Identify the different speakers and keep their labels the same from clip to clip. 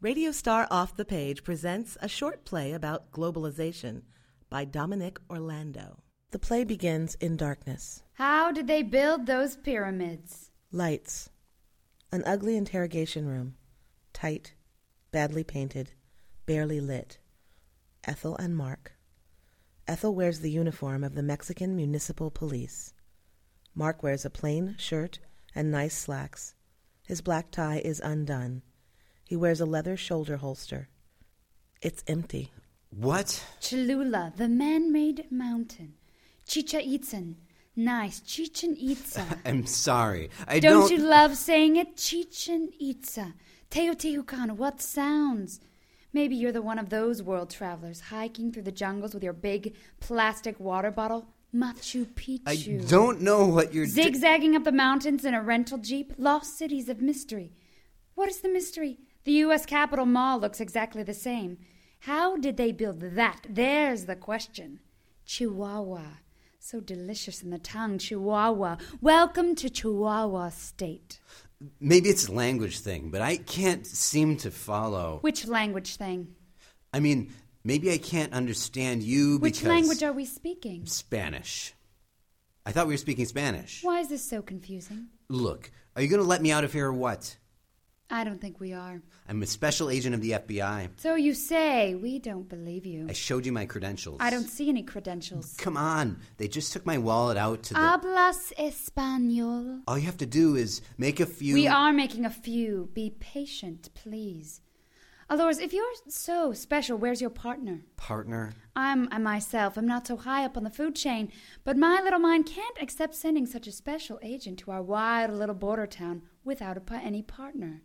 Speaker 1: Radio Star Off the Page presents a short play about globalization by Dominic Orlando. The play begins in darkness.
Speaker 2: How did they build those pyramids?
Speaker 1: Lights. An ugly interrogation room. Tight, badly painted, barely lit. Ethel and Mark. Ethel wears the uniform of the Mexican Municipal Police. Mark wears a plain shirt and nice slacks. His black tie is undone. He wears a leather shoulder holster. It's empty.
Speaker 3: What?
Speaker 2: Cholula, the man made mountain. Chicha Itzan. Nice. Chichen Itza.
Speaker 3: I'm sorry. I
Speaker 2: don't,
Speaker 3: don't.
Speaker 2: you love saying it? Chichen Itza. Teotihuacan. What sounds? Maybe you're the one of those world travelers hiking through the jungles with your big plastic water bottle. Machu
Speaker 3: I
Speaker 2: Picchu.
Speaker 3: don't know what you're. di-
Speaker 2: Zigzagging up the mountains in a rental jeep, lost cities of mystery. What is the mystery? The U.S. Capitol Mall looks exactly the same. How did they build that? There's the question. Chihuahua. So delicious in the tongue, Chihuahua. Welcome to Chihuahua State.
Speaker 3: Maybe it's a language thing, but I can't seem to follow.
Speaker 2: Which language thing?
Speaker 3: I mean, maybe I can't understand you
Speaker 2: Which
Speaker 3: because
Speaker 2: language are we speaking?
Speaker 3: Spanish. I thought we were speaking Spanish.
Speaker 2: Why is this so confusing?
Speaker 3: Look, are you going to let me out of here or what?
Speaker 2: I don't think we are.
Speaker 3: I'm a special agent of the FBI.
Speaker 2: So you say, we don't believe you.
Speaker 3: I showed you my credentials.
Speaker 2: I don't see any credentials.
Speaker 3: Come on. They just took my wallet out to the.
Speaker 2: Hablas español?
Speaker 3: All you have to do is make a few.
Speaker 2: We are making a few. Be patient, please. Alores, if you're so special, where's your partner?
Speaker 3: Partner.
Speaker 2: I'm I myself. I'm not so high up on the food chain, but my little mind can't accept sending such a special agent to our wild little border town without a, pa- any partner.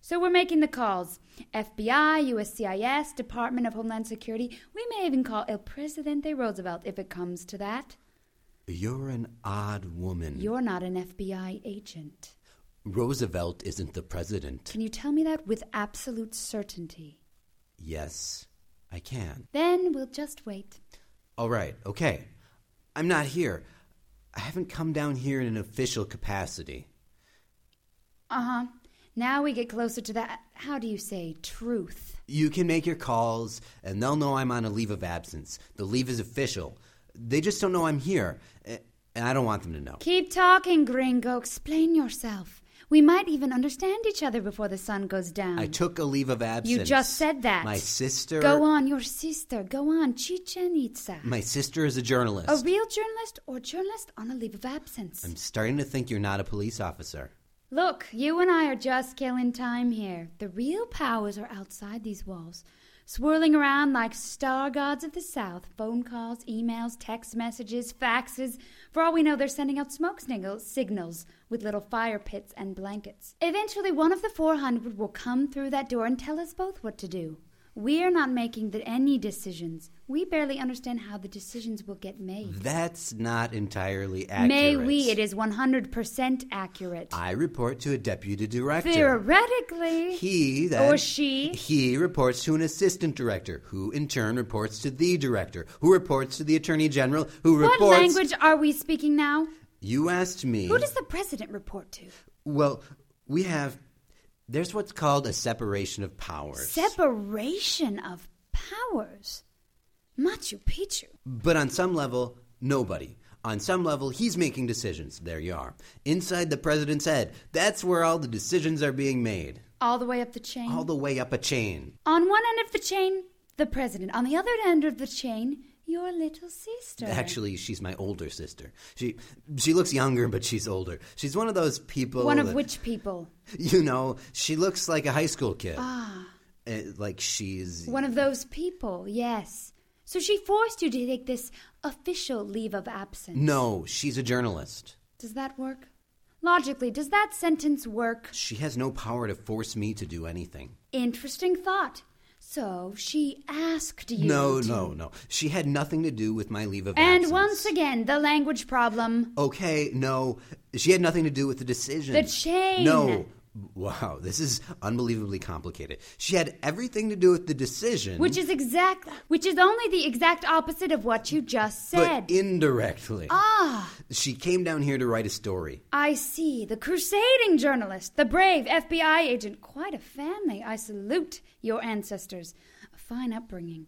Speaker 2: So we're making the calls. FBI, USCIS, Department of Homeland Security. We may even call El Presidente Roosevelt if it comes to that.
Speaker 3: You're an odd woman.
Speaker 2: You're not an FBI agent.
Speaker 3: Roosevelt isn't the president.
Speaker 2: Can you tell me that with absolute certainty?
Speaker 3: Yes, I can.
Speaker 2: Then we'll just wait.
Speaker 3: All right, okay. I'm not here. I haven't come down here in an official capacity.
Speaker 2: Uh huh. Now we get closer to that, how do you say, truth.
Speaker 3: You can make your calls, and they'll know I'm on a leave of absence. The leave is official. They just don't know I'm here, a- and I don't want them to know.
Speaker 2: Keep talking, gringo. Explain yourself. We might even understand each other before the sun goes down.
Speaker 3: I took a leave of absence.
Speaker 2: you just said that.
Speaker 3: My sister.
Speaker 2: Go on, your sister. Go on, Chichen Itza.
Speaker 3: My sister is a journalist.
Speaker 2: a real journalist or journalist on a leave of absence.
Speaker 3: I'm starting to think you're not a police officer.
Speaker 2: Look, you and I are just killing time here. The real powers are outside these walls, swirling around like star gods of the South. Phone calls, emails, text messages, faxes. For all we know, they're sending out smoke signals, signals with little fire pits and blankets. Eventually, one of the 400 will come through that door and tell us both what to do. We're not making the, any decisions. We barely understand how the decisions will get made.
Speaker 3: That's not entirely Mm-hmm. accurate.
Speaker 2: May we? It is 100% accurate.
Speaker 3: I report to a deputy director.
Speaker 2: Theoretically.
Speaker 3: He then,
Speaker 2: Or she.
Speaker 3: He reports to an assistant director, who in turn reports to the director, who reports to the attorney general, who
Speaker 2: What
Speaker 3: reports.
Speaker 2: language are we speaking now?
Speaker 3: You asked me.
Speaker 2: Who does the president report to?
Speaker 3: Well, we have. There's what's called a separation of powers.
Speaker 2: Separation of powers. Machu Picchu.
Speaker 3: but on some level, nobody. On some level, he's making decisions. There you are. Inside the president's head. That's where all the decisions are being made.
Speaker 2: All the way up the chain.
Speaker 3: All the way up a chain.
Speaker 2: On one end of the chain, the president. On the other end of the chain, your little sister.
Speaker 3: Actually, she's my older sister. She she looks younger, but she's older. She's one of those people.
Speaker 2: One of
Speaker 3: that-
Speaker 2: which people?
Speaker 3: You know, she looks like a high school kid.
Speaker 2: Ah.
Speaker 3: Uh, like she's.
Speaker 2: One of those people, yes. So she forced you to take this official leave of absence.
Speaker 3: No, she's a journalist.
Speaker 2: Does that work? Logically, does that sentence work?
Speaker 3: She has no power to force me to do anything.
Speaker 2: Interesting thought. So she asked you.
Speaker 3: No,
Speaker 2: to-
Speaker 3: no, no. She had nothing to do with my leave of
Speaker 2: And
Speaker 3: absence.
Speaker 2: once again, the language problem.
Speaker 3: Okay, no. She had nothing to do with the decision.
Speaker 2: The chain.
Speaker 3: No, Wow, this is unbelievably complicated. She had everything to do with the decision,
Speaker 2: Which is exact which is only the exact opposite of what you just said.
Speaker 3: but indirectly.
Speaker 2: ah,
Speaker 3: She came down here to write a story.
Speaker 2: I see. The crusading journalist, the brave FBI agent, quite a family. I salute your ancestors. A fine upbringing.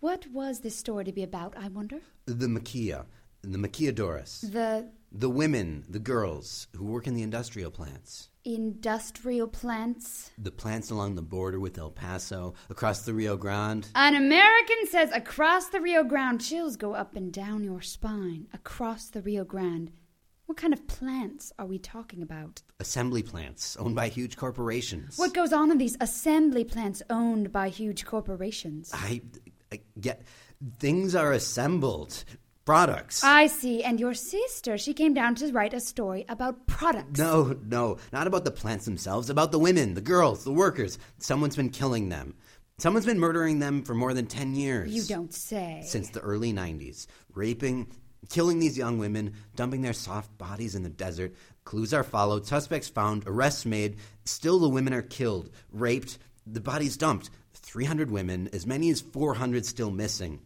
Speaker 2: What was this story to be about, I wonder?
Speaker 3: The Makia, the Maquiadoras,
Speaker 2: The
Speaker 3: the women, the girls who work in the industrial plants.
Speaker 2: industrial plants.
Speaker 3: The plants along the border with El Paso, across the Rio Grande.
Speaker 2: An American says across the Rio Grande, chills go up and down your spine. Across the Rio Grande. What kind of plants are we talking about?
Speaker 3: Assembly plants owned by huge corporations.
Speaker 2: What goes on in these assembly plants owned by huge corporations?
Speaker 3: I, I get things are assembled products.
Speaker 2: I see. And your sister, she came down to write a story about products.
Speaker 3: no, no, not about the plants themselves, about the women, the girls, the workers. Someone's been killing them. Someone's been murdering them for more than 10 years.
Speaker 2: You don't say.
Speaker 3: Since the early 90s, raping, killing these young women, dumping their soft bodies in the desert. Clues are followed, suspects found, arrests made. Still, the women are killed, raped, the bodies dumped. 300 women, as many as 400 still missing.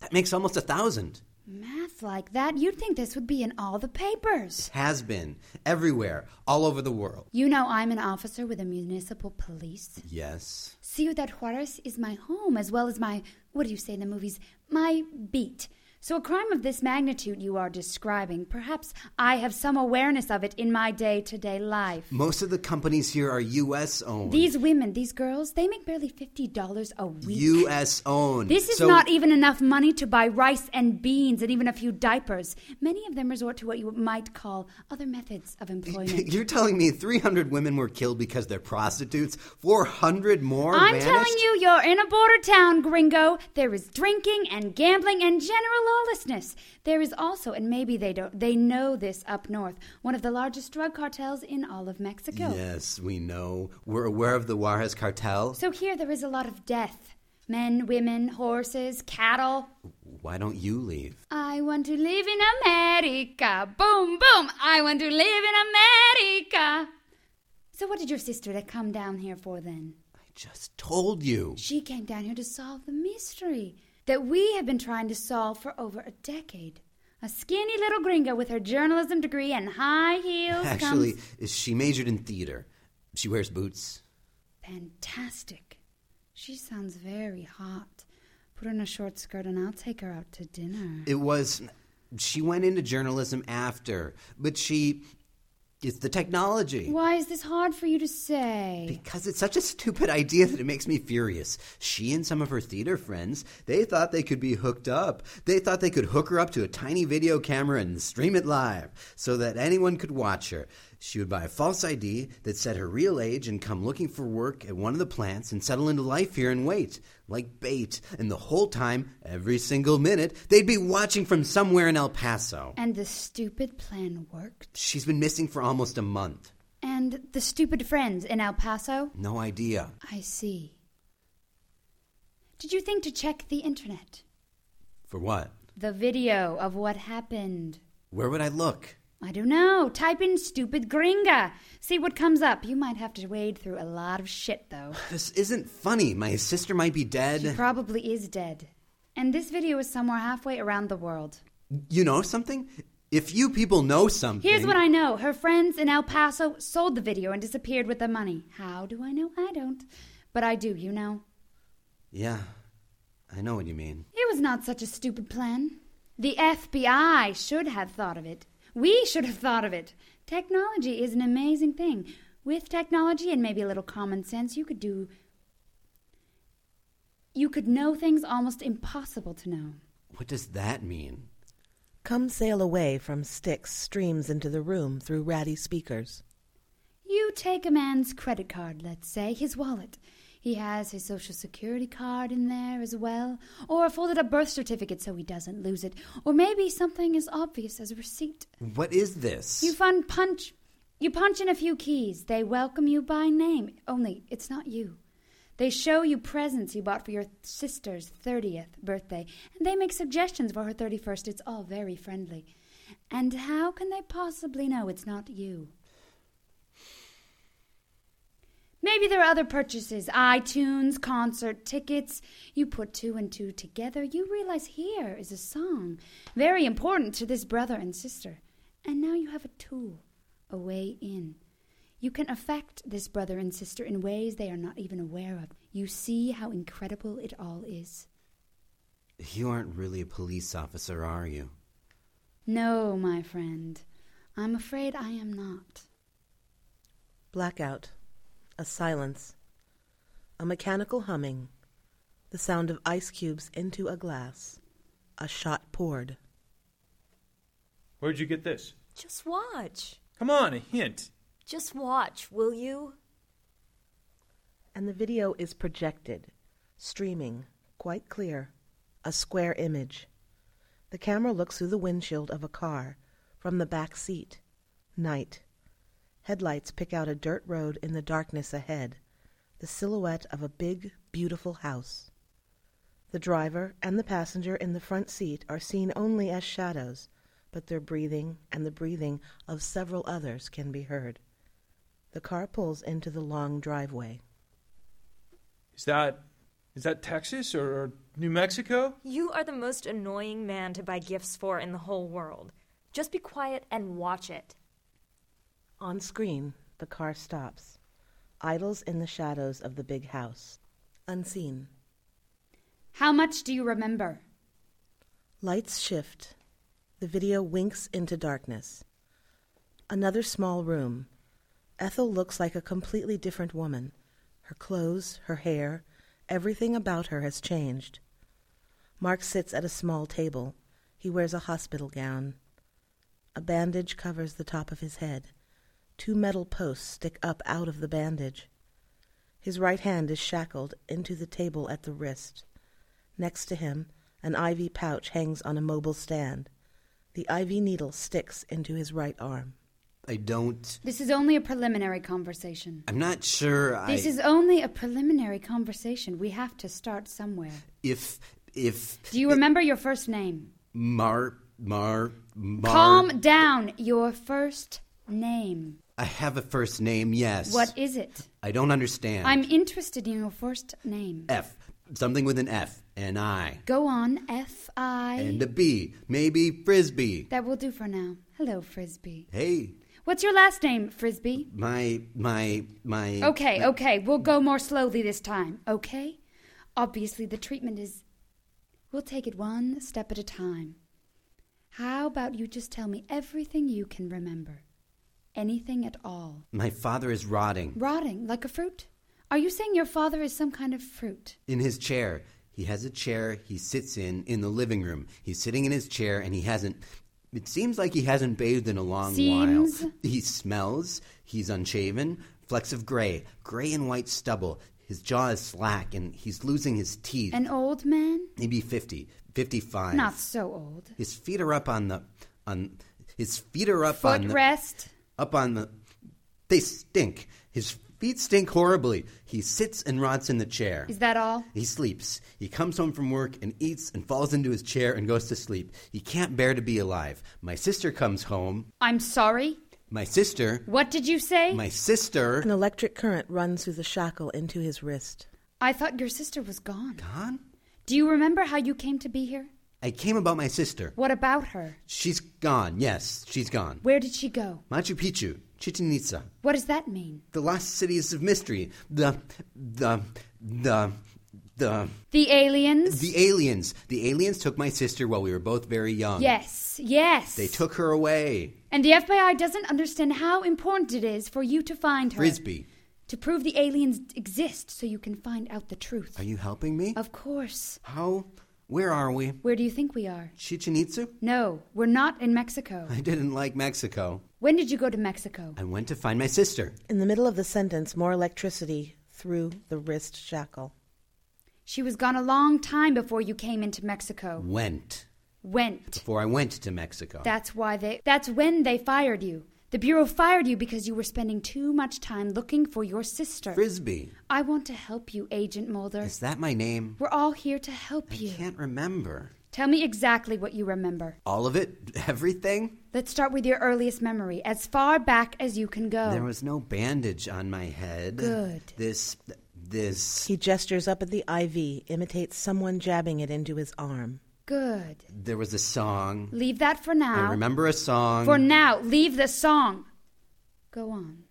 Speaker 3: That makes almost a thousand.
Speaker 2: Math like that, you'd think this would be in all the papers.
Speaker 3: Has been everywhere, all over the world.
Speaker 2: You know, I'm an officer with the municipal police.
Speaker 3: Yes.
Speaker 2: Ciudad Juarez is my home as well as my, what do you say in the movies, my beat. So, a crime of this magnitude you are describing, perhaps I have some awareness of it in my day to day life.
Speaker 3: Most of the companies here are U.S. owned.
Speaker 2: These women, these girls, they make barely $50 a week.
Speaker 3: U.S. owned.
Speaker 2: This is
Speaker 3: So-
Speaker 2: not even enough money to buy rice and beans and even a few diapers. Many of them resort to what you might call other methods of employment.
Speaker 3: You're telling me 300 women were killed because they're prostitutes? 400 more?
Speaker 2: I'm
Speaker 3: vanished?
Speaker 2: telling you, you're in a border town, gringo. There is drinking and gambling and general lawlessness. There is also, and maybe they don't, they know this up north, one of the largest drug cartels in all of Mexico.
Speaker 3: Yes, we know. We're aware of the Juarez cartel.
Speaker 2: So here there is a lot of death. Men, women, horses, cattle.
Speaker 3: Why don't you leave?
Speaker 2: I want to live in America. Boom, boom. I want to live in America. So, what did your sister that come down here for then?
Speaker 3: I just told you.
Speaker 2: She came down here to solve the mystery that we have been trying to solve for over a decade. A skinny little gringo with her journalism degree and high heels
Speaker 3: Actually,
Speaker 2: comes.
Speaker 3: she majored in theater. She wears boots.
Speaker 2: Fantastic. She sounds very hot. Put on a short skirt and I'll take her out to dinner.
Speaker 3: It was. She went into journalism after, but she. It's the technology.
Speaker 2: Why is this hard for you to say?
Speaker 3: Because it's such a stupid idea that it makes me furious. She and some of her theater friends, they thought they could be hooked up. They thought they could hook her up to a tiny video camera and stream it live so that anyone could watch her. She would buy a false ID that said her real age and come looking for work at one of the plants and settle into life here and wait, like bait. And the whole time, every single minute, they'd be watching from somewhere in El Paso.
Speaker 2: And the stupid plan worked.
Speaker 3: She's been missing for almost a month.
Speaker 2: And the stupid friends in El Paso?
Speaker 3: No idea.
Speaker 2: I see. Did you think to check the internet?
Speaker 3: For what?
Speaker 2: The video of what happened?
Speaker 3: Where would I look?
Speaker 2: I don't know. Type in stupid gringa. See what comes up. You might have to wade through a lot of shit, though.
Speaker 3: This isn't funny. My sister might be
Speaker 2: She
Speaker 3: dead.
Speaker 2: probably is dead. And this video is somewhere halfway around the world.
Speaker 3: you know something? If you people know something.
Speaker 2: Here's what I know her friends in El Paso sold the video and disappeared with the money. How do I know? I don't. But I do, you know.
Speaker 3: Yeah, I know what you mean.
Speaker 2: It was not such a stupid plan. The FBI should have thought of it. We should have thought of it. Technology is an amazing thing. With technology and maybe a little common sense, you could do. You could know things almost impossible to know.
Speaker 3: What does that mean?
Speaker 1: Come sail away from Styx streams into the room through ratty speakers.
Speaker 2: You take a man's credit card, let's say, his wallet. He has his social security card in there as well, or a folded up birth certificate so he doesn't lose it, or maybe something as obvious as a receipt.
Speaker 3: What is this?
Speaker 2: You fun punch. You punch in a few keys. They welcome you by name. Only it's not you. They show you presents you bought for your sister's 30th birthday, and they make suggestions for her 31st. It's all very friendly. And how can they possibly know it's not you? Maybe there are other purchases iTunes, concert tickets. You put two and two together, you realize here is a song very important to this brother and sister. And now you have a tool, a way in. You can affect this brother and sister in ways they are not even aware of. You see how incredible it all is.
Speaker 3: You aren't really a police officer, are you?
Speaker 2: No, my friend. I'm afraid I am not.
Speaker 1: Blackout. A silence. A mechanical humming. The sound of ice cubes into a glass. A shot poured.
Speaker 4: Where'd you get this?
Speaker 5: Just watch.
Speaker 4: Come on, a hint.
Speaker 5: Just watch, will you?
Speaker 1: And the video is projected, streaming, quite clear. A square image. The camera looks through the windshield of a car, from the back seat. Night. Headlights pick out a dirt road in the darkness ahead, the silhouette of a big, beautiful house. The driver and the passenger in the front seat are seen only as shadows, but their breathing and the breathing of several others can be heard. The car pulls into the long driveway.
Speaker 4: Is that is that Texas or, or New Mexico?
Speaker 5: You are the most annoying man to buy gifts for in the whole world. Just be quiet and watch it.
Speaker 1: On screen, the car stops, idles in the shadows of the big house. Unseen.
Speaker 2: How much do you remember?
Speaker 1: Lights shift. The video winks into darkness. Another small room. Ethel looks like a completely different woman. Her clothes, her hair, everything about her has changed. Mark sits at a small table. He wears a hospital gown. A bandage covers the top of his head. Two metal posts stick up out of the bandage. His right hand is shackled into the table at the wrist. Next to him, an ivy pouch hangs on a mobile stand. The ivy needle sticks into his right arm.
Speaker 3: I don't.
Speaker 2: This is only a preliminary conversation.
Speaker 3: I'm not sure I.
Speaker 2: This is only a preliminary conversation. We have to start somewhere.
Speaker 3: If. If.
Speaker 2: Do you remember your first name?
Speaker 3: Mar. Mar. Mar.
Speaker 2: Calm down. Your first name.
Speaker 3: I have a first name, yes.
Speaker 2: What is it?
Speaker 3: I don't understand.
Speaker 2: I'm interested in your first name.
Speaker 3: F. Something with an F. An I.
Speaker 2: Go on, F I.
Speaker 3: And a B. Maybe Frisbee.
Speaker 2: That will do for now. Hello, Frisbee.
Speaker 3: Hey,
Speaker 2: What's your last name, Frisbee?
Speaker 3: my. My. My.
Speaker 2: Okay, okay. We'll go more slowly this time, okay? Obviously, the treatment is. We'll take it one step at a time. How about you just tell me everything you can remember? Anything at all.
Speaker 3: My father is rotting.
Speaker 2: Rotting like a fruit? Are you saying your father is some kind of fruit?
Speaker 3: In his chair. He has a chair he sits in in the living room. He's sitting in his chair and he hasn't. It seems like he hasn't bathed in a long
Speaker 2: Seems.
Speaker 3: while. He smells. He's unshaven. Flecks of gray. Gray and white stubble. His jaw is slack and he's losing his teeth.
Speaker 2: An old man?
Speaker 3: Maybe 50, 55.
Speaker 2: Not so old.
Speaker 3: His feet are up on the. on. His feet are up on the.
Speaker 2: Footrest?
Speaker 3: up on the. They stink. His feet stink horribly. He sits and rots in the chair.
Speaker 2: Is that all?
Speaker 3: He sleeps. He comes home from work and eats and falls into his chair and goes to sleep. He can't bear to be alive. My sister comes home.
Speaker 2: I'm sorry?
Speaker 3: My sister.
Speaker 2: What did you say?
Speaker 3: My sister.
Speaker 1: An electric current runs through the shackle into his wrist.
Speaker 2: I thought your sister was gone.
Speaker 3: Gone?
Speaker 2: Do you remember how you came to be here?
Speaker 3: I came about my sister.
Speaker 2: What about her?
Speaker 3: She's gone. Yes, she's gone.
Speaker 2: Where did she go?
Speaker 3: Machu Picchu, Chichen Itza,
Speaker 2: What does that mean?
Speaker 3: the lost cities of mystery, the, the, the, the,
Speaker 2: The aliens?
Speaker 3: the aliens. The aliens took my sister while we were both very young.
Speaker 2: yes, yes.
Speaker 3: They took her away.
Speaker 2: And the FBI doesn't understand how important it is for you to find her.
Speaker 3: Frisbee,
Speaker 2: To prove the aliens exist so you can find out the truth.
Speaker 3: are you helping me?
Speaker 2: Of course.
Speaker 3: How? Where are we?
Speaker 2: Where do you think we are?
Speaker 3: Chichen Itza?
Speaker 2: No, we're not in Mexico.
Speaker 3: I didn't like Mexico.
Speaker 2: When did you go to Mexico?
Speaker 3: I went to find my sister.
Speaker 1: In the middle of the sentence, more electricity through the wrist shackle.
Speaker 2: She was gone a long time before you came into Mexico.
Speaker 3: Went.
Speaker 2: Went.
Speaker 3: Before I went to Mexico.
Speaker 2: That's why they. That's when they fired you. The Bureau fired you because you were spending too much time looking for your sister.
Speaker 3: Frisbee.
Speaker 2: I want to help you, Agent Mulder.
Speaker 3: Is that my name?
Speaker 2: We're all here to help you.
Speaker 3: I can't remember.
Speaker 2: Tell me exactly what you remember.
Speaker 3: All of it? Everything?
Speaker 2: Let's start with your earliest memory, as far back as you can go.
Speaker 3: There was no bandage on my head.
Speaker 2: Oh. Good.
Speaker 3: This. This.
Speaker 1: He gestures up at the IV, imitates someone jabbing it into his arm.
Speaker 2: Good.
Speaker 3: There was a song.
Speaker 2: Leave that for now.
Speaker 3: I remember a song.
Speaker 2: For now, leave the song. Go on.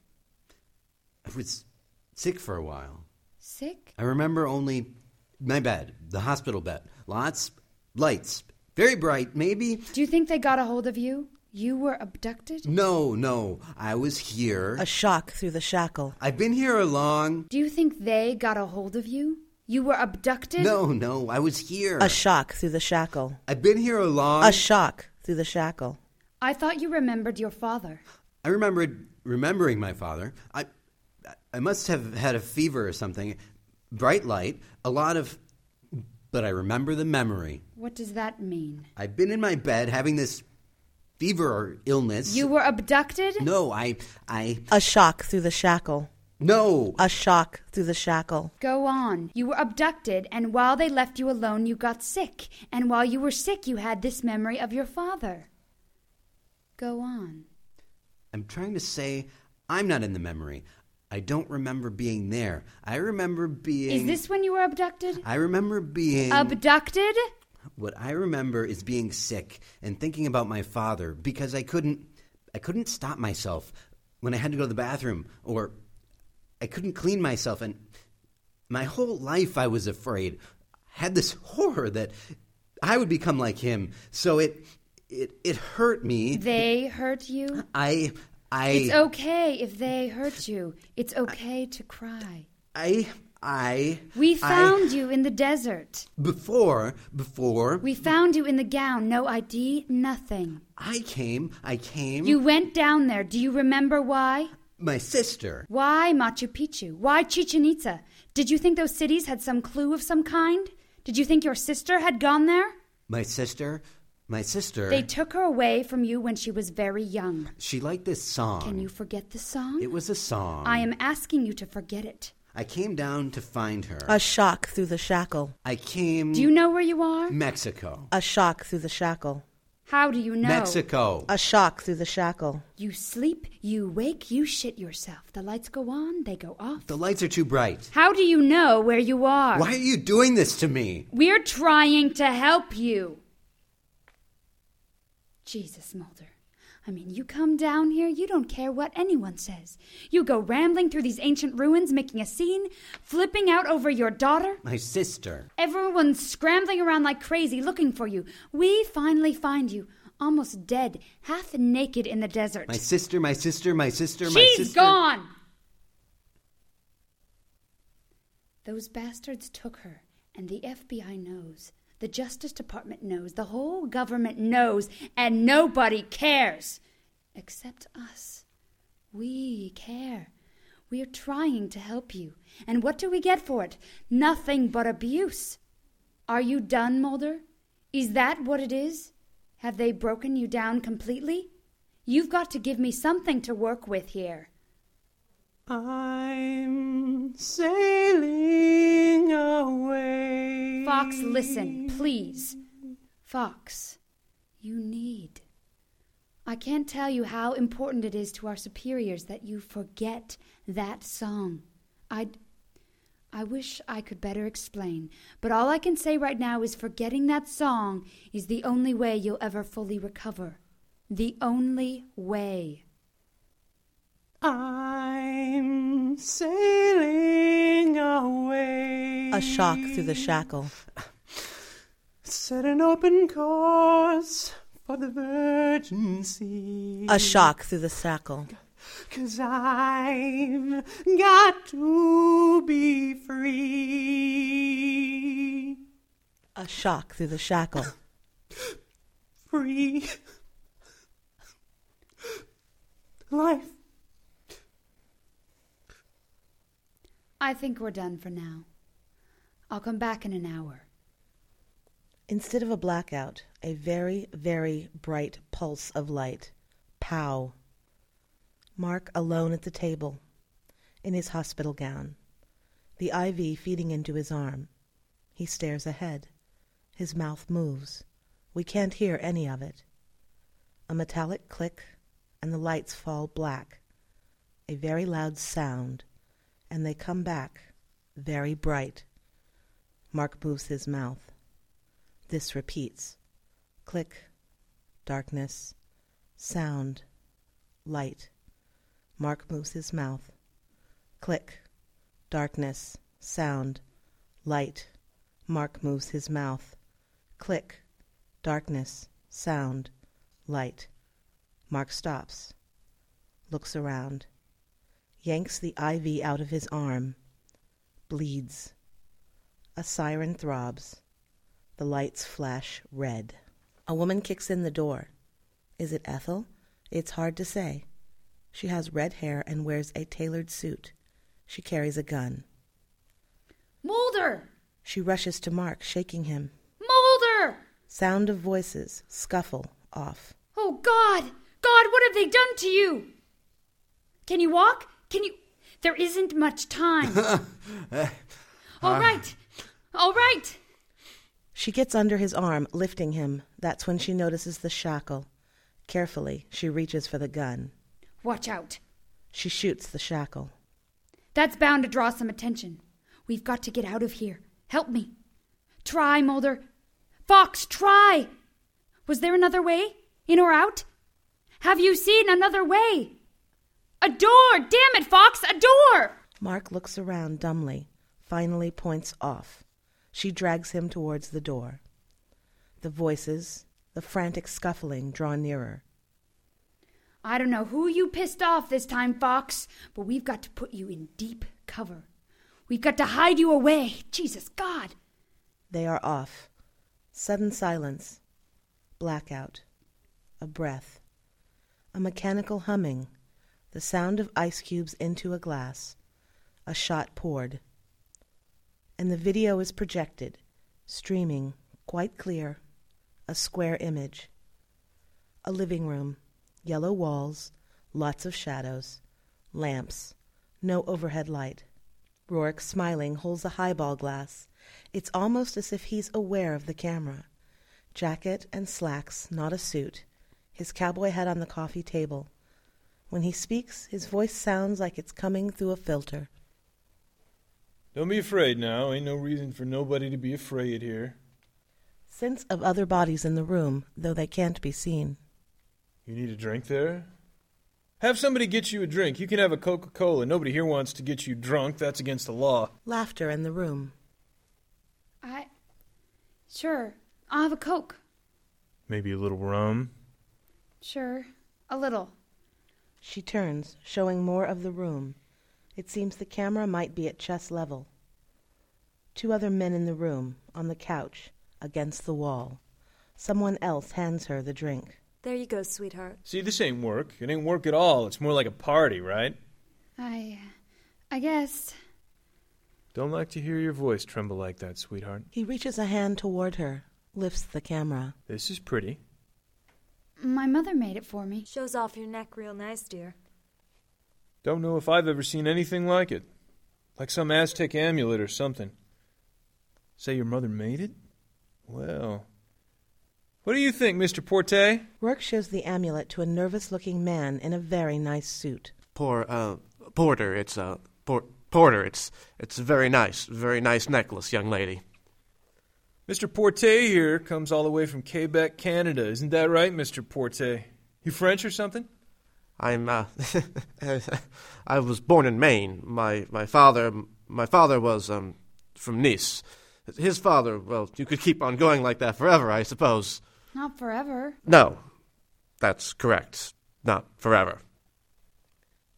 Speaker 3: I was sick for a while.
Speaker 2: Sick?
Speaker 3: I remember only my bed, the hospital bed. Lots, lights, very bright, maybe.
Speaker 2: Do you think they got a hold of you? You were abducted?
Speaker 3: No, no, I was here.
Speaker 1: A shock through the shackle.
Speaker 3: I've been here a long.
Speaker 2: Do you think they got a hold of you? You were abducted?
Speaker 3: No, no, I was here.
Speaker 1: A shock through the shackle.
Speaker 3: I've been here a long.
Speaker 1: A shock through the shackle.
Speaker 2: I thought you remembered your father.
Speaker 3: I remembered remembering my father. I, I must have had a fever or something. Bright light, a lot of. But I remember the memory.
Speaker 2: What does that mean?
Speaker 3: I've been in my bed having this fever or illness.
Speaker 2: You were abducted?
Speaker 3: No, I, I,
Speaker 1: A shock through the shackle.
Speaker 3: no.
Speaker 1: A shock through the shackle.
Speaker 2: Go on. You were abducted, and while they left you alone, you got sick. And while you were sick, you had this memory of your father. Go on.
Speaker 3: I'm trying to say I'm not in the memory. I don't remember being there. I remember being.
Speaker 2: Is this when you were abducted?
Speaker 3: I remember being.
Speaker 2: Abducted?
Speaker 3: what I remember is being sick and thinking about my father because I couldn't. I couldn't stop myself when I had to go to the bathroom or I couldn't clean myself and my whole life I was afraid. had this horror that I would become like him. So it it it hurt me.
Speaker 2: They hurt you?
Speaker 3: I I
Speaker 2: It's okay if they hurt you. It's okay to cry.
Speaker 3: I I
Speaker 2: We
Speaker 3: I-
Speaker 2: found you in the desert.
Speaker 3: before before
Speaker 2: We found you in the gown. No ID, nothing.
Speaker 3: I came I came
Speaker 2: You went down there. Do you remember why?
Speaker 3: my sister
Speaker 2: Why Machu Picchu? Why Chichen Itza? Did you think those cities had some clue of some kind? Did you think your sister had gone there?
Speaker 3: my sister my sister
Speaker 2: They took her away from you when she was very young.
Speaker 3: she liked this song
Speaker 2: Can you forget the song?
Speaker 3: it was a song
Speaker 2: I am asking you to forget it.
Speaker 3: I came down to find her
Speaker 1: A shock through the shackle.
Speaker 3: I came
Speaker 2: Do you know where you are?
Speaker 3: Mexico
Speaker 1: A shock through the shackle.
Speaker 2: How do you know?
Speaker 3: Mexico
Speaker 1: A shock through the shackle.
Speaker 2: You sleep, you wake, you shit yourself. The lights go on, they go off.
Speaker 3: the lights are too bright
Speaker 2: How do you know where you are?
Speaker 3: why are you doing this to me
Speaker 2: We're trying to help you. Jesus, Mulder. I mean, you come down here, you don't care what anyone says. You go rambling through these ancient ruins, making a scene, flipping out over your daughter.
Speaker 3: my sister
Speaker 2: Everyone's scrambling around like crazy looking for you. We finally find you, almost dead, half naked in the desert.
Speaker 3: my sister my sister my sister
Speaker 2: She's
Speaker 3: my sister
Speaker 2: gone. Those bastards took her, and the FBI knows. The Justice Department knows. The whole government knows, and nobody cares. Except us. We care. We're trying to help you. And what do we get for it? Nothing but abuse. Are you done, Mulder? Is that what it is? Have they broken you down completely? You've got to give me something to work with here.
Speaker 3: I'm sailing away.
Speaker 2: Fox, listen, please. Fox, you need. I can't tell you how important it is to our superiors that you forget that song. I. I wish I could better explain, but all I can say right now is forgetting that song is the only way you'll ever fully recover. The only way.
Speaker 3: I'm sailing away.
Speaker 1: A shock through the shackle.
Speaker 3: Set an open course for the virgin sea.
Speaker 1: A shock through the shackle.
Speaker 3: Cause I've got to be free.
Speaker 1: A shock through the shackle.
Speaker 3: Free. Life.
Speaker 2: I think we're done for now. I'll come back in an hour.
Speaker 1: Instead of a blackout, a very, very bright pulse of light. Pow. Mark alone at the table, in his hospital gown, the IV feeding into his arm. He stares ahead. His mouth moves. We can't hear any of it. A metallic click, and the lights fall black. A very loud sound, and they come back, very bright. Mark moves his mouth. This repeats. Click, darkness, sound, light. Mark moves his mouth. Click, darkness, sound, light. Mark moves his mouth. Click, darkness, sound, light. Mark stops, looks around, yanks the IV out of his arm, bleeds. A siren throbs. The lights flash red. A woman kicks in the door. Is it Ethel? It's hard to say. She has red hair and wears a tailored suit. She carries a gun.
Speaker 2: Mulder!
Speaker 1: She rushes to Mark, shaking him.
Speaker 2: Mulder!
Speaker 1: Sound of voices, scuffle, off.
Speaker 2: Oh, God! God, what have they done to you? Can you walk? Can you. There isn't much time. All right! All right!
Speaker 1: She gets under his arm, lifting him. That's when she notices the shackle. Carefully, she reaches for the gun.
Speaker 2: Watch out.
Speaker 1: She shoots the shackle.
Speaker 2: That's bound to draw some attention. We've got to get out of here. Help me. Try, Mulder. Fox, try! Was there another way? In or out? Have you seen another way? A door! Damn it, Fox! A door!
Speaker 1: Mark looks around dumbly, finally points off. She drags him towards the door. The voices, the frantic scuffling draw nearer.
Speaker 2: I don't know who you pissed off this time, Fox, but we've got to put you in deep cover. We've got to hide you away. Jesus God!
Speaker 1: They are off. Sudden silence. Blackout. A breath. A mechanical humming. The sound of ice cubes into a glass. A shot poured. And the video is projected, streaming, quite clear. A square image. A living room. Yellow walls. Lots of shadows. Lamps. No overhead light. Rourke, smiling, holds a highball glass. It's almost as if he's aware of the camera. Jacket and slacks, not a suit. His cowboy hat on the coffee table. When he speaks, his voice sounds like it's coming through a filter.
Speaker 4: Don't be afraid now. Ain't no reason for nobody to be afraid here.
Speaker 1: Sense of other bodies in the room, though they can't be seen.
Speaker 4: You need a drink there? Have somebody get you a drink. You can have a Coca Cola. Nobody here wants to get you drunk. That's against the law.
Speaker 1: Laughter in the room.
Speaker 2: I. Sure. I'll have a Coke.
Speaker 4: Maybe a little rum.
Speaker 2: Sure. A little.
Speaker 1: She turns, showing more of the room. It seems the camera might be at chest level. Two other men in the room, on the couch, against the wall. Someone else hands her the drink.
Speaker 5: There you go, sweetheart.
Speaker 4: See, this ain't work. It ain't work at all. It's more like a party, right?
Speaker 2: I. I guess.
Speaker 4: Don't like to hear your voice tremble like that, sweetheart.
Speaker 1: He reaches a hand toward her, lifts the camera.
Speaker 4: This is pretty.
Speaker 2: My mother made it for me.
Speaker 5: Shows off your neck real nice, dear.
Speaker 4: Don't know if I've ever seen anything like it. Like some Aztec amulet or something. Say your mother made it? Well. What do you think, Mr. Porte?
Speaker 1: Rourke shows the amulet to a nervous looking man in a very nice suit.
Speaker 6: Por, uh, Porter, it's, uh, por, Porter, it's, it's very nice, very nice necklace, young lady.
Speaker 4: Mr. Porte here comes all the way from Quebec, Canada. Isn't that right, Mr. Porte? You French or something?
Speaker 6: I'm, uh, I was born in Maine. My, my father, my father was, um, from Nice. His father, well, you could keep on going like that forever, I suppose.
Speaker 2: Not forever.
Speaker 6: No, that's correct. Not forever.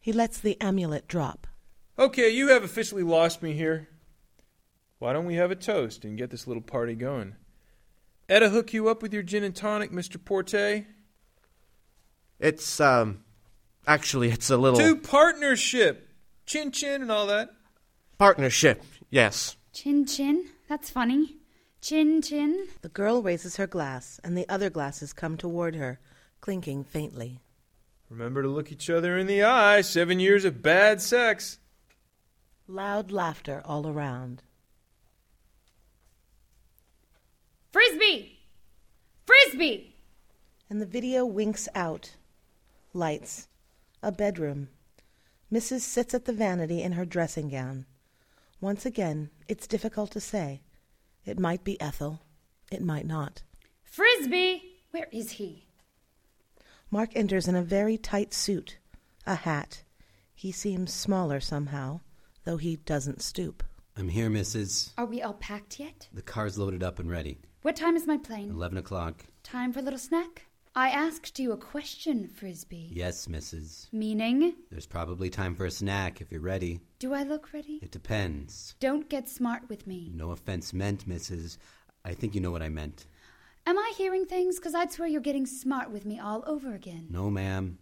Speaker 1: He lets the amulet drop.
Speaker 4: Okay, you have officially lost me here. Why don't we have a toast and get this little party going? Etta hook you up with your gin and tonic, Mr. Porte?
Speaker 6: It's, um, actually, it's a little
Speaker 4: To partnership! Chin chin and all that.
Speaker 6: partnership, yes.
Speaker 2: Chin chin. That's funny. Chin chin.
Speaker 1: The girl raises her glass, and the other glasses come toward her, clinking faintly.
Speaker 4: Remember to look each other in the eye. Seven years of bad sex.
Speaker 1: Loud laughter all around.
Speaker 2: Frisbee! Frisbee! be.
Speaker 1: And the video winks out. Lights. A bedroom. Mrs. sits at the vanity in her dressing gown. Once again, it's difficult to say. It might be Ethel. It might not.
Speaker 2: Frisbee! Where is he?
Speaker 1: Mark enters in a very tight suit, a hat. He seems smaller somehow, though he doesn't stoop.
Speaker 3: I'm here, Mrs.
Speaker 2: Are we all packed yet?
Speaker 3: The car's loaded up and ready.
Speaker 2: What time is my plane?
Speaker 3: 11 o'clock.
Speaker 2: Time for a little snack? I asked you a question, Frisbee.
Speaker 3: Yes, Mrs.
Speaker 2: Meaning,
Speaker 3: There's probably time for a snack if you're ready.
Speaker 2: do I look ready?
Speaker 3: It depends.
Speaker 2: Don't get smart with me.
Speaker 3: No offense meant, Mrs. I think you know what I meant.
Speaker 2: Am I hearing things? Because I'd swear you're getting smart with me all over again.
Speaker 3: No, ma'am.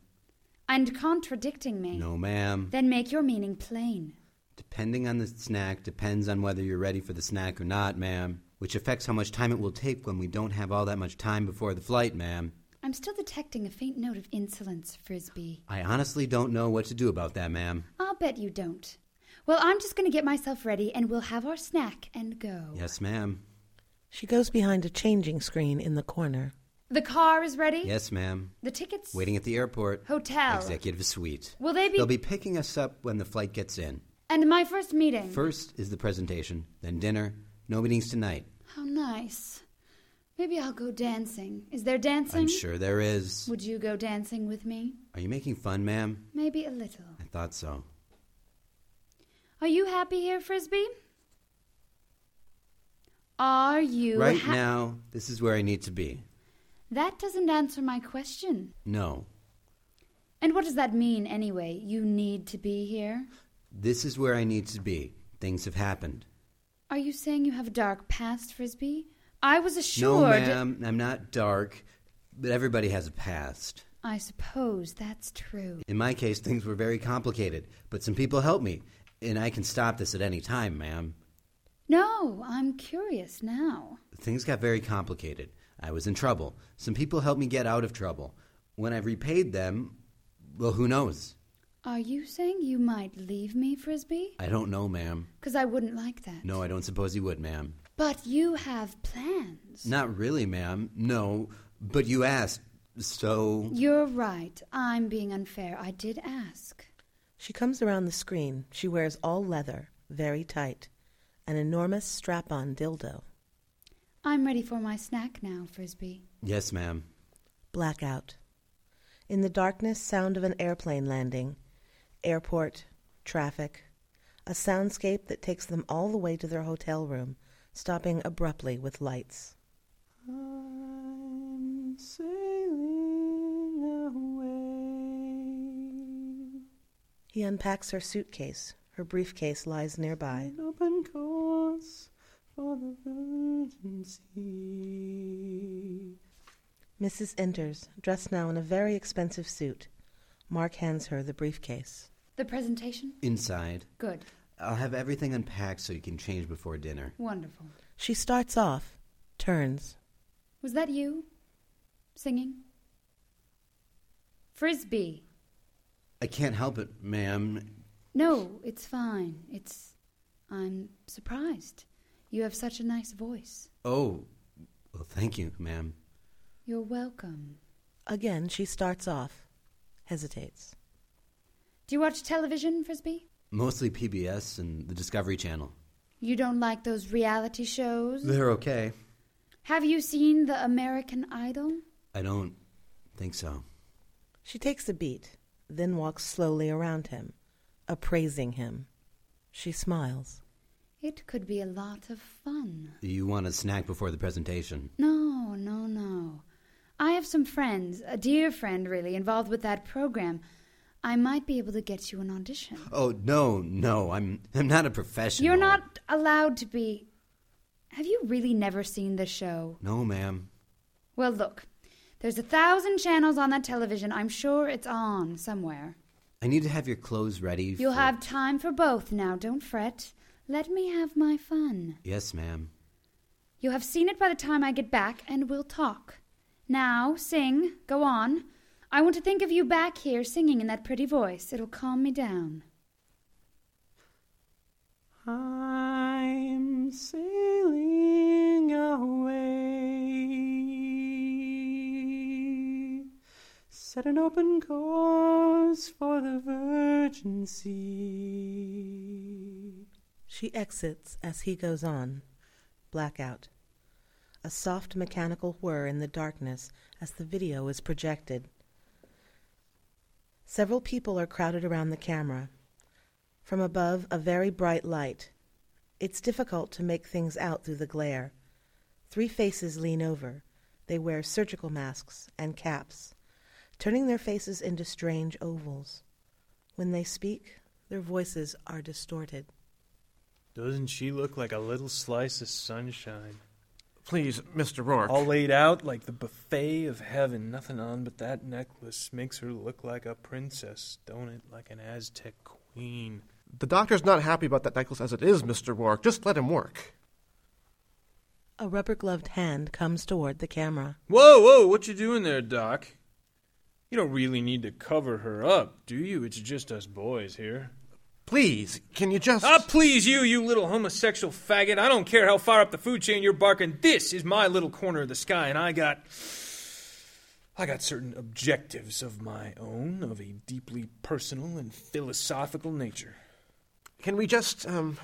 Speaker 2: And contradicting me.
Speaker 3: No, ma'am.
Speaker 2: Then make your meaning plain.
Speaker 3: Depending on the snack depends on whether you're ready for the snack or not, ma'am. Which affects how much time it will take when we don't have all that much time before the flight, ma'am.
Speaker 2: I'm still detecting a faint note of insolence, Frisbee.
Speaker 3: I honestly don't know what to do about that, ma'am.
Speaker 2: I'll bet you don't. Well, I'm just going to get myself ready and we'll have our snack and go.
Speaker 3: Yes, ma'am.
Speaker 1: She goes behind a changing screen in the corner.
Speaker 2: The car is ready?
Speaker 3: Yes, ma'am.
Speaker 2: The tickets?
Speaker 3: Waiting at the airport.
Speaker 2: Hotel.
Speaker 3: Executive suite.
Speaker 2: Will they be.
Speaker 3: They'll be picking us up when the flight gets in.
Speaker 2: And my first meeting?
Speaker 3: First is the presentation, then dinner. No meetings tonight.
Speaker 2: How nice. Maybe I'll go dancing. Is there dancing?
Speaker 3: I'm sure there is.
Speaker 2: Would you go dancing with me?
Speaker 3: Are you making fun, ma'am?
Speaker 2: Maybe a little.
Speaker 3: I thought so.
Speaker 2: Are you happy here, Frisbee? Are you
Speaker 3: right
Speaker 2: ha-
Speaker 3: now, this is where I need to be.
Speaker 2: That doesn't answer my question.
Speaker 3: No.
Speaker 2: And what does that mean anyway? You need to be here?
Speaker 3: This is where I need to be. Things have happened.
Speaker 2: Are you saying you have a dark past, Frisbee? I was
Speaker 3: No,
Speaker 2: assured.
Speaker 3: ma'am, I'm not dark, but everybody has a past.
Speaker 2: I suppose that's true.
Speaker 3: In my case, things were very complicated, but some people helped me, and I can stop this at any time, ma'am.
Speaker 2: No, I'm curious now.
Speaker 3: Things got very complicated. I was in trouble. Some people helped me get out of trouble. When I repaid them, well, who knows?
Speaker 2: Are you saying you might leave me, Frisbee?
Speaker 3: I don't know, ma'am.
Speaker 2: Because I wouldn't like that.
Speaker 3: No, I don't suppose you would, ma'am.
Speaker 2: But you have plans.
Speaker 3: Not really, ma'am. No, but you asked, so.
Speaker 2: You're right. I'm being unfair. I did ask.
Speaker 1: She comes around the screen. She wears all leather, very tight, an enormous strap on dildo.
Speaker 2: I'm ready for my snack now, Frisbee.
Speaker 3: Yes, ma'am.
Speaker 1: Blackout. In the darkness, sound of an airplane landing. Airport, traffic, a soundscape that takes them all the way to their hotel room, stopping abruptly with lights. He unpacks her suitcase. Her briefcase lies nearby.
Speaker 3: Open course for the virgin sea.
Speaker 1: Mrs. enters, dressed now in a very expensive suit. Mark hands her the briefcase.
Speaker 2: The presentation?
Speaker 3: Inside.
Speaker 2: Good.
Speaker 3: I'll have everything unpacked so you can change before dinner.
Speaker 2: Wonderful.
Speaker 1: She starts off, turns.
Speaker 2: Was that you? Singing? Frisbee.
Speaker 3: I can't help it, ma'am.
Speaker 2: No, it's fine. It's. I'm surprised. You have such a nice voice.
Speaker 3: Oh, well, thank you, ma'am.
Speaker 2: You're welcome.
Speaker 1: Again, she starts off, hesitates.
Speaker 2: Do you watch television, Frisbee?
Speaker 3: Mostly PBS and the Discovery Channel.
Speaker 2: You don't like those reality shows?
Speaker 3: They're okay.
Speaker 2: Have you seen The American Idol?
Speaker 3: I don't think so.
Speaker 1: She takes a beat, then walks slowly around him, appraising him. She smiles.
Speaker 2: It could be a lot of fun.
Speaker 3: You want a snack before the presentation?
Speaker 2: No, no, no. I have some friends, a dear friend really, involved with that program. I might be able to get you an audition.
Speaker 3: Oh no, no, I'm I'm not a professional.
Speaker 2: You're not allowed to be. Have you really never seen the show?
Speaker 3: No, ma'am.
Speaker 2: Well, look. There's a thousand channels on that television. I'm sure it's on somewhere.
Speaker 3: I need to have your clothes ready.
Speaker 2: You'll
Speaker 3: for-
Speaker 2: have time for both now, don't fret. Let me have my fun.
Speaker 3: Yes, ma'am.
Speaker 2: You'll have seen it by the time I get back, and we'll talk. Now, sing. Go on. I want to think of you back here singing in that pretty voice. It'll calm me down.
Speaker 3: I'm sailing away.
Speaker 7: set an open course for the virgin sea.
Speaker 1: She exits as he goes on. Blackout. A soft mechanical whir in the darkness as the video is projected. Several people are crowded around the camera. From above, a very bright light. It's difficult to make things out through the glare. Three faces lean over. They wear surgical masks and caps, turning their faces into strange ovals. When they speak, their voices are distorted.
Speaker 4: Doesn't she look like a little slice of sunshine?
Speaker 6: Please, Mr. Rourke.
Speaker 4: All laid out like the buffet of heaven, nothing on but that necklace makes her look like a princess, don't it? Like an Aztec queen.
Speaker 6: the doctor's not happy about that necklace as it is, Mr. Rourke. Just let him work.
Speaker 1: A rubber gloved hand comes toward the camera.
Speaker 4: Whoa, whoa, what you doing there, Doc? You don't really need to cover her up, do you? It's just us boys here.
Speaker 6: Please, can you just.
Speaker 4: Ah, please you, you little homosexual faggot. I don't care how far up the food chain you're barking. This is my little corner of the sky, and I got. I got certain objectives of my own, of a deeply personal and philosophical nature.
Speaker 6: Can we just. Um,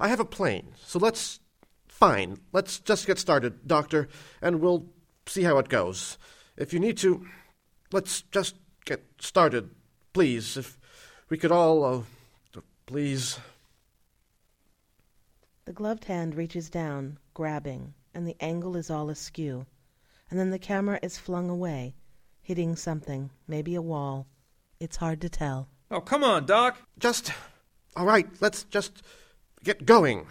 Speaker 6: I have a plane, so let's. Fine. Let's just get started, Doctor, and we'll see how it goes. If you need to, let's just get started, please. If we could all. Uh, please.
Speaker 1: The gloved hand reaches down, grabbing, and the angle is all askew. And then the camera is flung away, hitting something, maybe a wall. It's hard to tell.
Speaker 4: Oh, come on, Doc.
Speaker 6: Just. All right, let's just get going.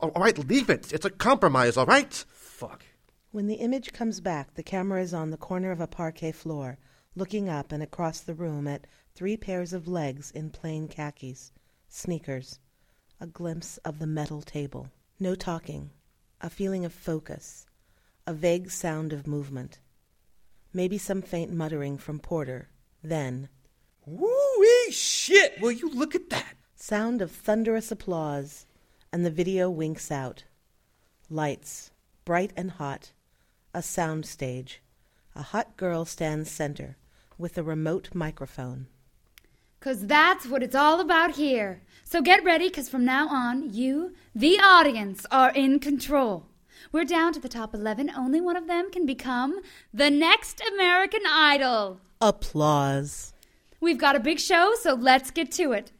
Speaker 6: All right, leave it. It's a compromise, all right?
Speaker 4: Fuck.
Speaker 1: When the image comes back, the camera is on the corner of a parquet floor, looking up and across the room at three pairs of legs in plain khakis, sneakers, a glimpse of the metal table. No talking, a feeling of focus, a vague sound of movement. Maybe some faint muttering from Porter. Then,
Speaker 4: Woo-wee shit! Will you look at that?
Speaker 1: sound of thunderous applause, and the video winks out. Lights, bright and hot, a sound stage. A hot girl stands center with a remote microphone.
Speaker 2: 'Cause that's what it's all about here. So get ready, 'cause from now on, you, the audience, are in control. We're down to the top 11. Only one of them can become the next American Idol.
Speaker 1: Applause.
Speaker 2: We've got a big show, so let's get to it.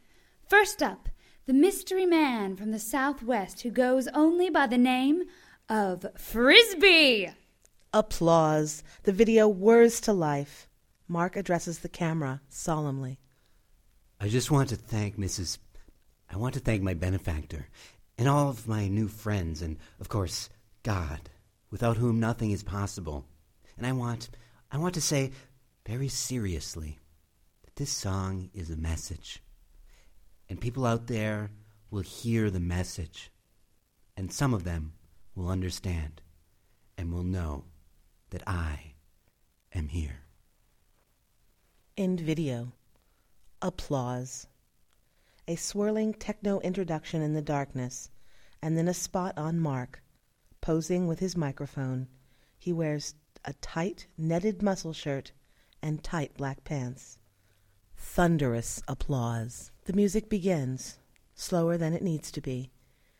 Speaker 2: First up, the mystery man from the Southwest who goes only by the name of Frisbee.
Speaker 1: Applause. The video whirs to life. Mark addresses the camera solemnly.
Speaker 3: I just want to thank Mrs. I want to thank my benefactor and all of my new friends and, of course, God, without whom nothing is possible. And I want, I want to say very seriously that this song is a message. And people out there will hear the message. And some of them will understand and will know that I am here.
Speaker 1: End video. Applause. A swirling techno introduction in the darkness, and then a spot on Mark, posing with his microphone. He wears a tight, netted muscle shirt and tight black pants. Thunderous applause. The music begins, slower than it needs to be.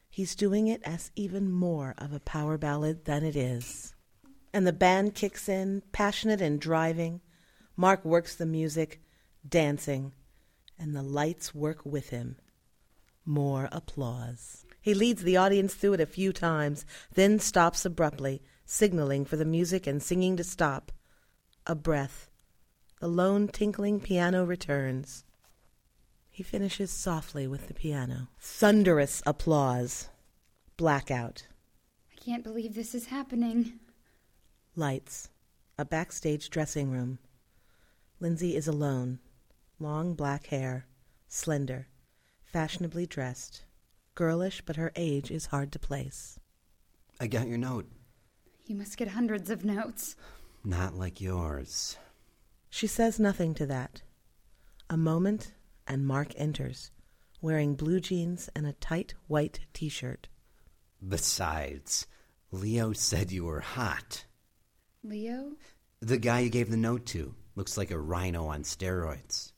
Speaker 1: He's doing it as even more of a power ballad than it is. And the band kicks in, passionate and driving. Mark works the music, dancing, and the lights work with him. More applause. He leads the audience through it a few times, then stops abruptly, signaling for the music and singing to stop. A breath. The lone tinkling piano returns. He finishes softly with the piano. Thunderous applause. Blackout.
Speaker 2: I can't believe this is happening.
Speaker 1: Lights. A backstage dressing room. Lindsay is alone. Long black hair. Slender. Fashionably dressed. Girlish, but her age is hard to place.
Speaker 3: I got your note.
Speaker 2: You must get hundreds of notes.
Speaker 3: Not like yours.
Speaker 1: She says nothing to that. A moment, and Mark enters, wearing blue jeans and a tight white t shirt.
Speaker 3: Besides, Leo said you were hot.
Speaker 2: Leo?
Speaker 3: The guy you gave the note to. Looks like a rhino on steroids.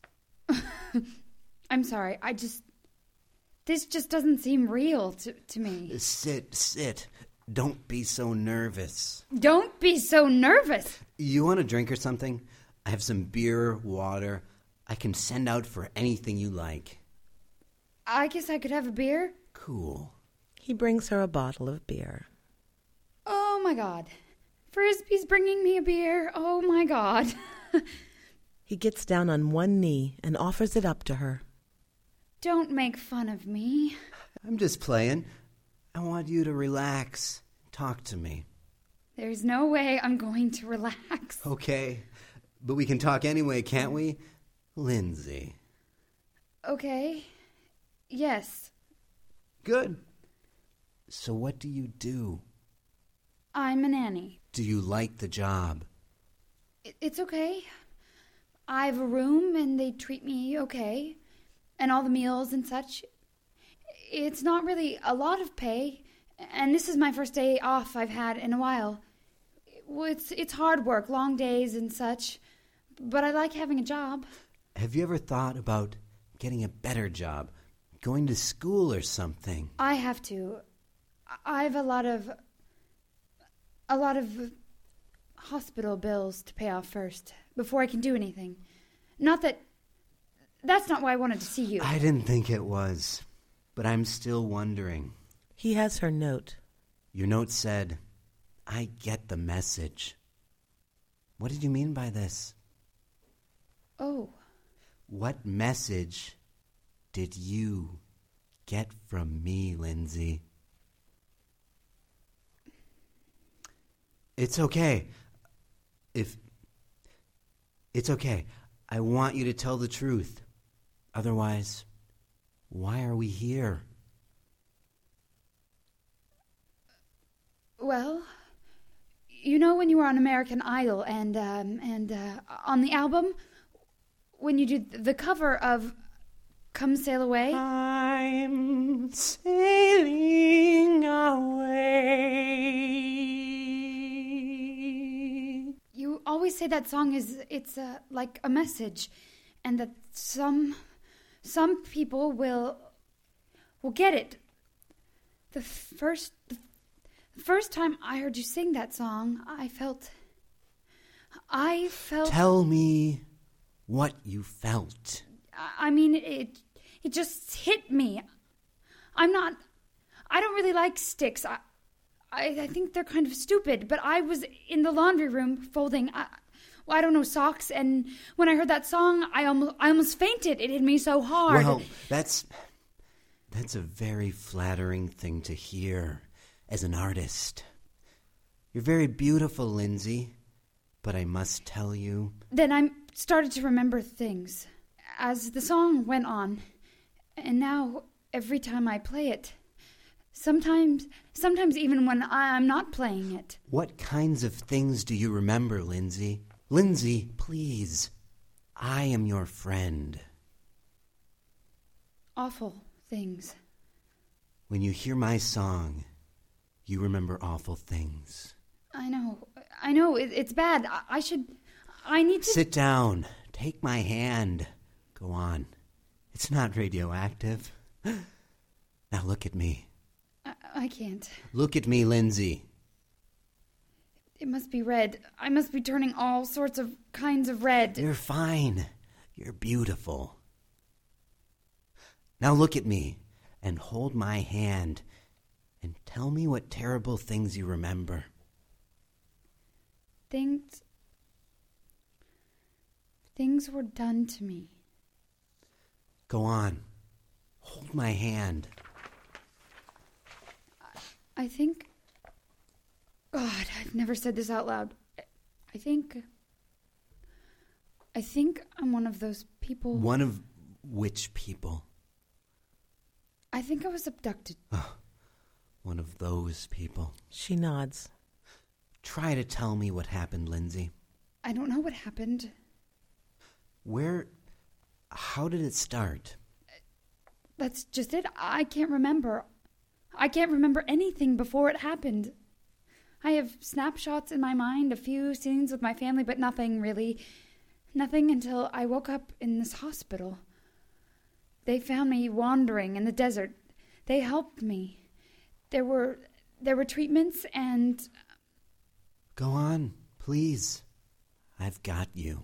Speaker 2: I'm sorry. I just. This just doesn't seem real to, to me.
Speaker 3: Sit, sit. Don't be so nervous.
Speaker 2: Don't be so nervous.
Speaker 3: You want a drink or something? I have some beer, water. I can send out for anything you like.
Speaker 2: I guess I could have a beer.
Speaker 3: Cool.
Speaker 1: He brings her a bottle of beer.
Speaker 2: Oh my god. Frisbee's bringing me a beer. Oh my god.
Speaker 1: He gets down on one knee and offers it up to her.
Speaker 2: Don't make fun of me.
Speaker 3: I'm just playing. I want you to relax. Talk to me.
Speaker 2: There's no way I'm going to relax.
Speaker 3: Okay. But we can talk anyway, can't we? Lindsay.
Speaker 2: Okay. Yes,
Speaker 3: Good. So, what do you do?
Speaker 2: I'm a nanny.
Speaker 3: Do you like the job?
Speaker 2: It- It's okay. I have a room and they treat me okay. And all the meals and such. It's not really a lot of pay. And this is my first day off I've had in a while. Well, It's, it's hard work, long days and such. But I like having a job.
Speaker 3: Have you ever thought about getting a better job? Going to school or something?
Speaker 2: I have to. I- I have a lot of. a lot of hospital bills to pay off first before I can do anything. Not that. That's not why I wanted to see you.
Speaker 3: I didn't think it was. But I'm still wondering.
Speaker 1: He has her note.
Speaker 3: Your note said, I get the message. What did you mean by this?
Speaker 2: Oh,
Speaker 3: What message did you get from me, Lindsay? It's okay. If. It's okay. I want you to tell the truth. Otherwise, why are we here?
Speaker 2: well. You know when you were on American Idol and um, and uh, on the album when you did the cover of "Come Sail Away."
Speaker 3: Uh.
Speaker 7: I'm sailing away.
Speaker 2: You always say that song is it's uh, like a message, and that some some people will will get it. The first the first time I heard you sing that song, I felt I felt
Speaker 3: Tell me what you felt.
Speaker 2: I- I mean it it just hit me. I'm not I don't really like sticks. I I, I think they're kind of stupid, but I was in the laundry room folding I, well, I don't know socks and when I heard that song, I almost I almost fainted. It hit me so hard.
Speaker 3: Well, that's that's a very flattering thing to hear as an artist. You're very beautiful, Lindsay, but I must tell you,
Speaker 2: Then I started to remember things as the song went on. And now every time I play it, sometimes sometimes even when I, I'm not playing it,
Speaker 3: what kinds of things do you remember, Lindsay? Lindsay, please. I am your friend.
Speaker 2: awful things.
Speaker 3: When you hear my song, you remember awful things.
Speaker 2: I know. I know. It, it's bad. I, I should. I need to.
Speaker 3: Sit down. Take my hand. Go on. It's not radioactive. Now look at me.
Speaker 2: I, I can't.
Speaker 3: Look at me, Lindsay.
Speaker 2: It must be red. I must be turning all sorts of kinds of red.
Speaker 3: You're fine. You're beautiful. Now look at me and hold my hand and tell me what terrible things you remember.
Speaker 2: Things. Things were done to me.
Speaker 3: Go on. Hold my hand.
Speaker 2: I think. God, I've never said this out loud. I think. I think I'm one of those people.
Speaker 3: One of which people?
Speaker 2: I think I was abducted.
Speaker 3: One of those people.
Speaker 1: She nods.
Speaker 3: Try to tell me what happened, Lindsay.
Speaker 2: I don't know what happened.
Speaker 3: Where. How did it start?
Speaker 2: That's just it. I can't remember. I can't remember anything before it happened. I have snapshots in my mind, a few scenes with my family, but nothing really. Nothing until I woke up in this hospital. They found me wandering in the desert. They helped me. There were there were treatments and
Speaker 3: Go on, please. I've got you.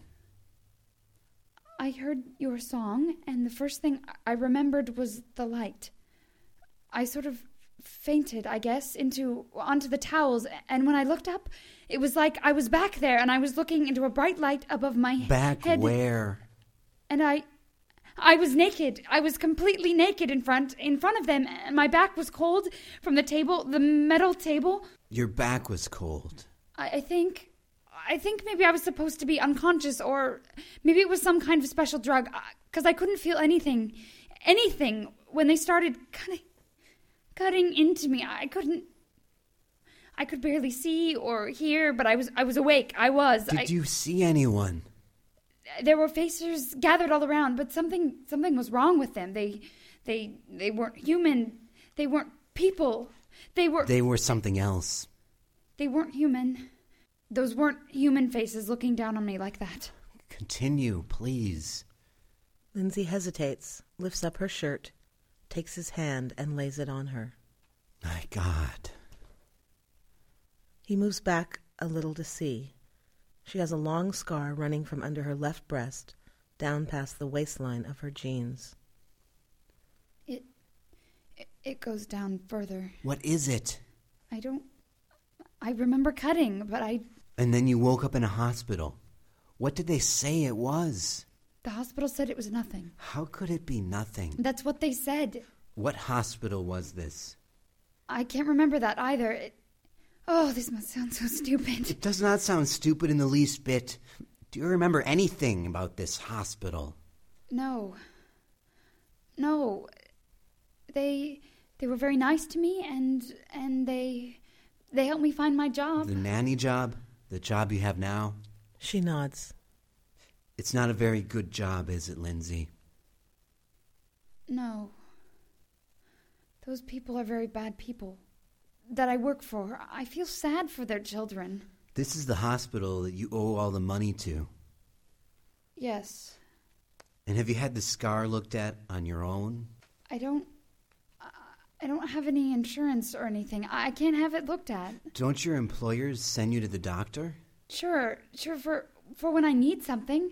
Speaker 2: I heard your song and the first thing I remembered was the light. I sort of fainted, I guess, into onto the towels and when I looked up, it was like I was back there and I was looking into a bright light above my he-
Speaker 3: Back
Speaker 2: head.
Speaker 3: where?
Speaker 2: and I I was naked. I was completely naked in front in front of them. and My back was cold from the table, the metal table.
Speaker 3: Your back was cold.
Speaker 2: I, I think I think maybe I was supposed to be unconscious or maybe it was some kind of special drug cuz I couldn't feel anything anything when they started cutting cutting into me. I couldn't I could barely see or hear, but I was I was awake. I was.
Speaker 3: Did
Speaker 2: I,
Speaker 3: you see anyone?
Speaker 2: there were faces gathered all around, but something something was wrong with them. They they they weren't human. They weren't people. They were they,
Speaker 3: They were something else.
Speaker 2: weren't human. Those weren't human faces looking down on me like that.
Speaker 3: Continue, please.
Speaker 1: Lindsay hesitates, lifts up her shirt, takes his hand, and lays it on her.
Speaker 3: My God.
Speaker 1: He moves back a little to see. She has a long scar running from under her left breast down past the waistline of her jeans.
Speaker 2: It it, it goes down further.
Speaker 3: What is it?
Speaker 2: I don't I remember cutting, but I
Speaker 3: And then you woke up in a hospital. What did they say it was?
Speaker 2: the hospital said it was nothing.
Speaker 3: How could it be nothing?
Speaker 2: That's what they said.
Speaker 3: What hospital was this?
Speaker 2: I can't remember that either. It, oh, this must sound so stupid.
Speaker 3: It does not sound stupid in the least bit. Do you remember anything about this hospital?
Speaker 2: No. No. They they were very nice to me and and they they helped me find my job.
Speaker 3: The nanny job? The job you have now?
Speaker 1: She nods.
Speaker 3: It's not a very good job, is it, Lindsay?
Speaker 2: No. Those people are very bad people that I work for. I feel sad for their children.
Speaker 3: This is the hospital that you owe all the money to.
Speaker 2: Yes.
Speaker 3: And have you had the scar looked at on your own?
Speaker 2: I don't I don't have any insurance or anything. I I can't have it looked at.
Speaker 3: Don't your employers send you to the doctor?
Speaker 2: Sure, sure for for when I need something.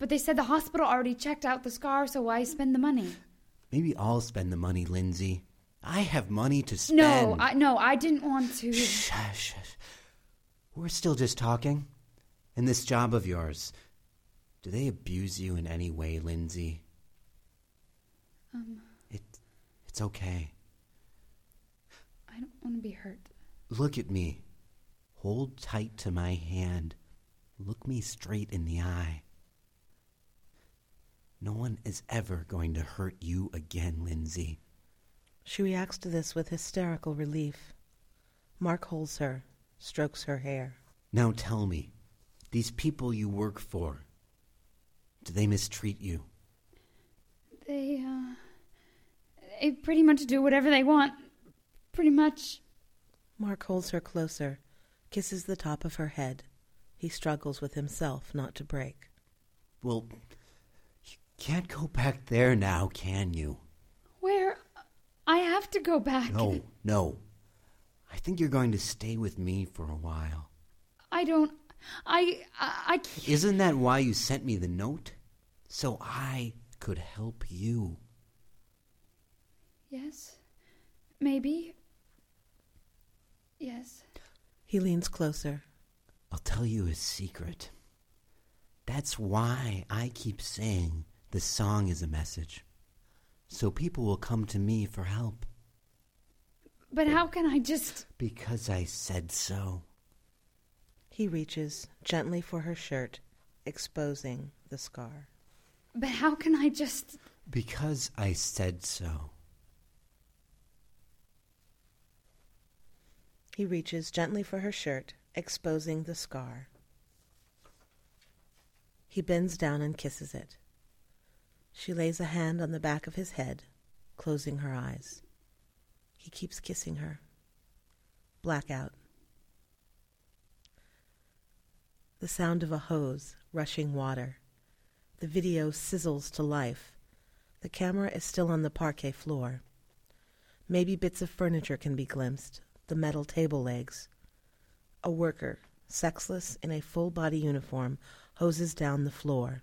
Speaker 2: But they said the hospital already checked out the scar, so why spend the money?
Speaker 3: Maybe I'll spend the money, Lindsay. I have money to spend.
Speaker 2: No, I, no, I didn't want to.
Speaker 3: Shh, Hush, hush. We're still just talking. And this job of yours, do they abuse you in any way, Lindsay?
Speaker 2: Um,
Speaker 3: It, it's okay.
Speaker 2: I don't want to be hurt.
Speaker 3: Look at me. Hold tight to my hand. Look me straight in the eye. No one is ever going to hurt you again, Lindsay.
Speaker 1: She reacts to this with hysterical relief. Mark holds her, strokes her hair.
Speaker 3: Now tell me, these people you work for, do they mistreat you?
Speaker 2: They, uh, they pretty much do whatever they want. Pretty much.
Speaker 1: Mark holds her closer, kisses the top of her head. He struggles with himself not to break.
Speaker 3: Well, you can't go back there now, can you?
Speaker 2: Where? I have to go back.
Speaker 3: No, no. I think you're going to stay with me for a while.
Speaker 2: I don't. I, I, I can't.
Speaker 3: Isn't that why you sent me the note? So I could help you.
Speaker 2: Yes. Maybe. Yes.
Speaker 1: He leans closer.
Speaker 3: I'll tell you a secret. That's why I keep saying the song is a message. So people will come to me for help
Speaker 2: But how can I just.
Speaker 3: because I said so.
Speaker 1: He reaches gently for her shirt, exposing the scar.
Speaker 2: But how can I just.
Speaker 3: Because I said so.
Speaker 1: He reaches gently for her shirt, exposing the scar. He bends down and kisses it. She lays a hand on the back of his head, closing her eyes. He keeps kissing her. Blackout. The sound of a hose rushing water The video sizzles to life. The camera is still on the parquet floor. Maybe bits of furniture can be glimpsed, the metal table legs. A worker, sexless in a full body uniform, hoses down the floor.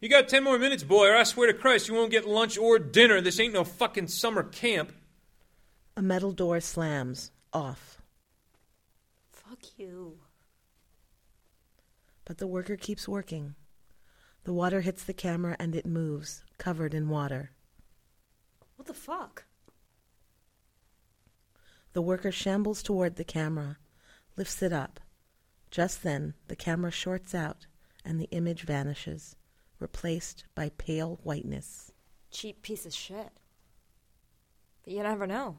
Speaker 4: You got ten more minutes, boy, or I swear to Christ you won't get lunch or dinner. This ain't no fucking summer camp.
Speaker 1: A metal door slams, off,
Speaker 5: Fuck you.
Speaker 1: but the worker keeps working. The water hits the camera and it moves, covered in water.
Speaker 5: What the fuck?
Speaker 1: The worker shambles toward the camera, lifts it up. Just then, the camera shorts out and the image vanishes, replaced by pale whiteness.
Speaker 5: Cheap piece of shit. But you never know.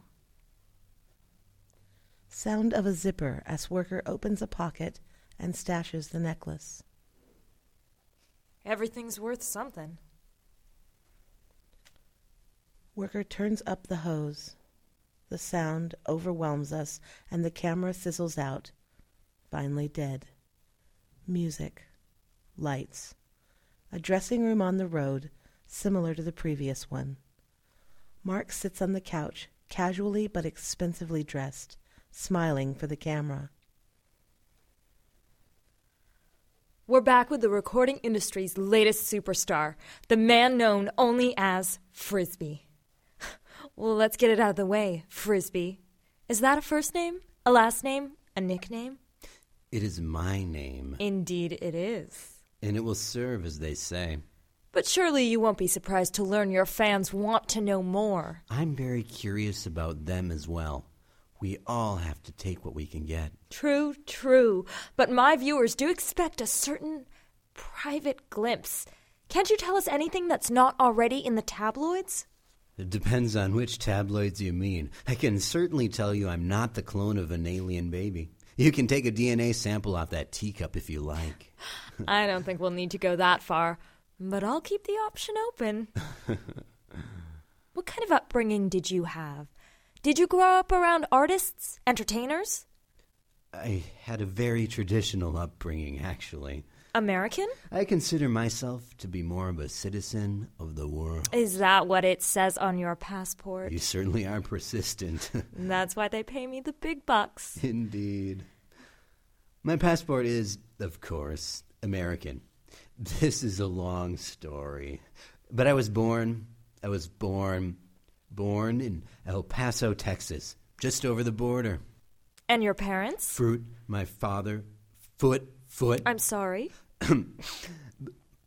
Speaker 1: Sound of a zipper as worker opens a pocket and stashes the necklace.
Speaker 5: Everything's worth something.
Speaker 1: Worker turns up the hose. The sound overwhelms us, and the camera sizzles out. Finally dead. Music. Lights. A dressing room on the road, similar to the previous one. Mark sits on the couch, casually but expensively dressed, smiling for the camera.
Speaker 5: We're back with the recording industry's latest superstar, the man known only as Frisbee. well, let's get it out of the way, Frisbee. Is that a first name? A last name? A nickname?
Speaker 3: It is my name,
Speaker 5: Indeed, it is.
Speaker 3: and it will serve as they say.
Speaker 5: But surely you won't be surprised to learn your fans want to know more.
Speaker 3: I'm very curious about them as well. We all have to take what we can get.
Speaker 5: True, true. But my viewers do expect a certain private glimpse. Can't you tell us anything that's not already in the tabloids?
Speaker 3: It depends on which tabloids you mean. I can certainly tell you I'm not the clone of an alien baby. You can take a DNA sample off that teacup if you like.
Speaker 5: I don't think we'll need to go that far, but I'll keep the option open. what kind of upbringing did you have? Did you grow up around artists, entertainers?
Speaker 3: I had a very traditional upbringing, actually.
Speaker 5: American?
Speaker 3: I consider myself to be more of a citizen of the world.
Speaker 5: Is that what it says on your passport?
Speaker 3: You certainly are persistent.
Speaker 5: That's why they pay me the big bucks.
Speaker 3: Indeed. My passport is, of course, American. This is a long story. But I was born, I was born, born in El Paso, Texas, just over the border.
Speaker 5: And your parents?
Speaker 3: Fruit, my father, foot, foot.
Speaker 5: I'm sorry.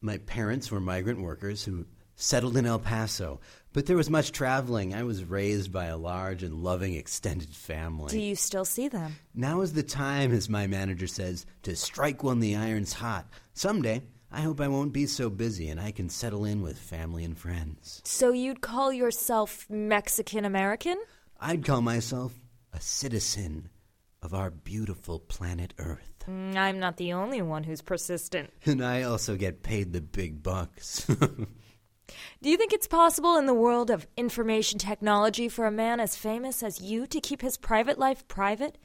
Speaker 3: My parents were migrant workers who settled in El Paso, but there was much traveling. I was raised by a large and loving extended family.
Speaker 5: Do you still see them?
Speaker 3: Now is the time, as my manager says, to strike when the iron's hot. Someday, I hope I won't be so busy and I can settle in with family and friends.
Speaker 5: So you'd call yourself Mexican American?
Speaker 3: I'd call myself a citizen of our beautiful planet Earth.
Speaker 5: Mm, I'm not the only one who's persistent.
Speaker 3: And I also get paid the big bucks.
Speaker 5: Do you think it's possible in the world of information technology for a man as famous as you to keep his private life private?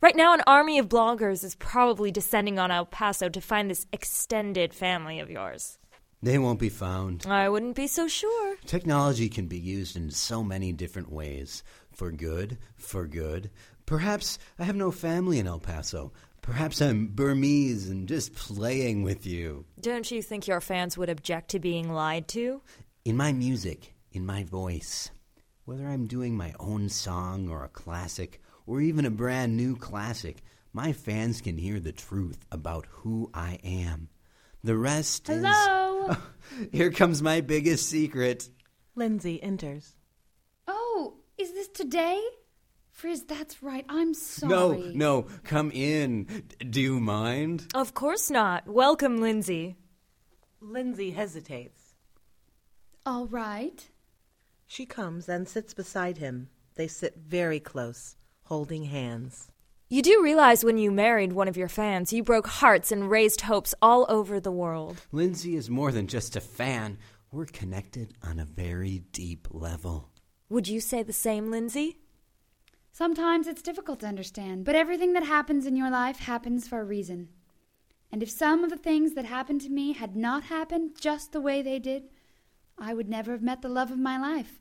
Speaker 5: Right now, an army of bloggers is probably descending on El Paso to find this extended family of yours.
Speaker 3: they won't be found.
Speaker 5: I wouldn't be so sure.
Speaker 3: Technology can be used in so many different ways for good, for good. Perhaps I have no family in El Paso. Perhaps I'm Burmese and just playing with you.
Speaker 5: Don't you think your fans would object to being lied to?
Speaker 3: in my music, in my voice, whether I'm doing my own song or a classic or even a brand new classic, my fans can hear the truth about who I am. The rest
Speaker 2: Hello.
Speaker 3: is. Here comes my biggest secret.
Speaker 1: Lindsay enters.
Speaker 2: oh, is this today? Frizz, that's right. I'm sorry.
Speaker 3: No, no, come in. D- do you mind?
Speaker 5: Of course not. Welcome, Lindsay.
Speaker 1: Lindsay hesitates.
Speaker 2: All right.
Speaker 1: She comes and sits beside him. They sit very close, holding hands.
Speaker 5: You do realize when you married one of your fans, you broke hearts and raised hopes all over the world.
Speaker 3: Lindsay is more than just a fan. We're connected on a very deep level.
Speaker 5: Would you say the same, Lindsay?
Speaker 2: Sometimes it's difficult to understand, but everything that happens in your life happens for a reason. And if some of the things that happened to me had not happened just the way they did, I would never have met the love of my life.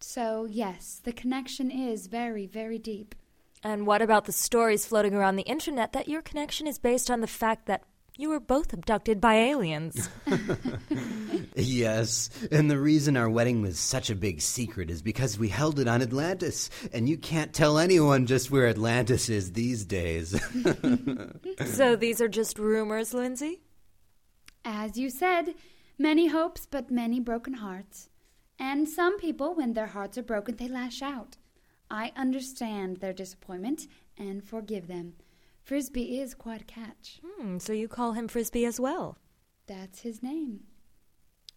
Speaker 2: So, yes, the connection is very, very deep.
Speaker 5: And what about the stories floating around the internet that your connection is based on the fact that you were both abducted by aliens?
Speaker 3: Yes, and the reason our wedding was such a big secret is because we held it on Atlantis, and you can't tell anyone just where Atlantis is these days.
Speaker 5: so these are just rumors, Lindsay?
Speaker 2: As you said, many hopes, but many broken hearts. And some people, when their hearts are broken, they lash out. I understand their disappointment and forgive them. Frisbee is quite a catch.
Speaker 5: Hmm, so you call him Frisbee as well.
Speaker 2: That's his name.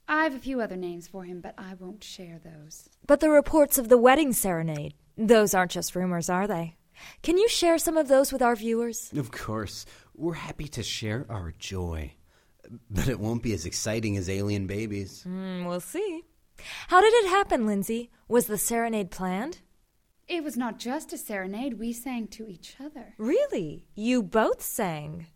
Speaker 2: I've a few other names for him, but I won't share those.
Speaker 5: But the reports of the wedding serenade, those aren't just rumors, are they? Can you share some of those with our viewers?
Speaker 3: of course, we're happy to share our joy, but it won't be as exciting as alien babies.
Speaker 5: Hmm, we'll see. How did it happen, Lindsay? Was the serenade planned?
Speaker 2: It was not just a serenade, we sang to each other.
Speaker 5: Really? You both sang.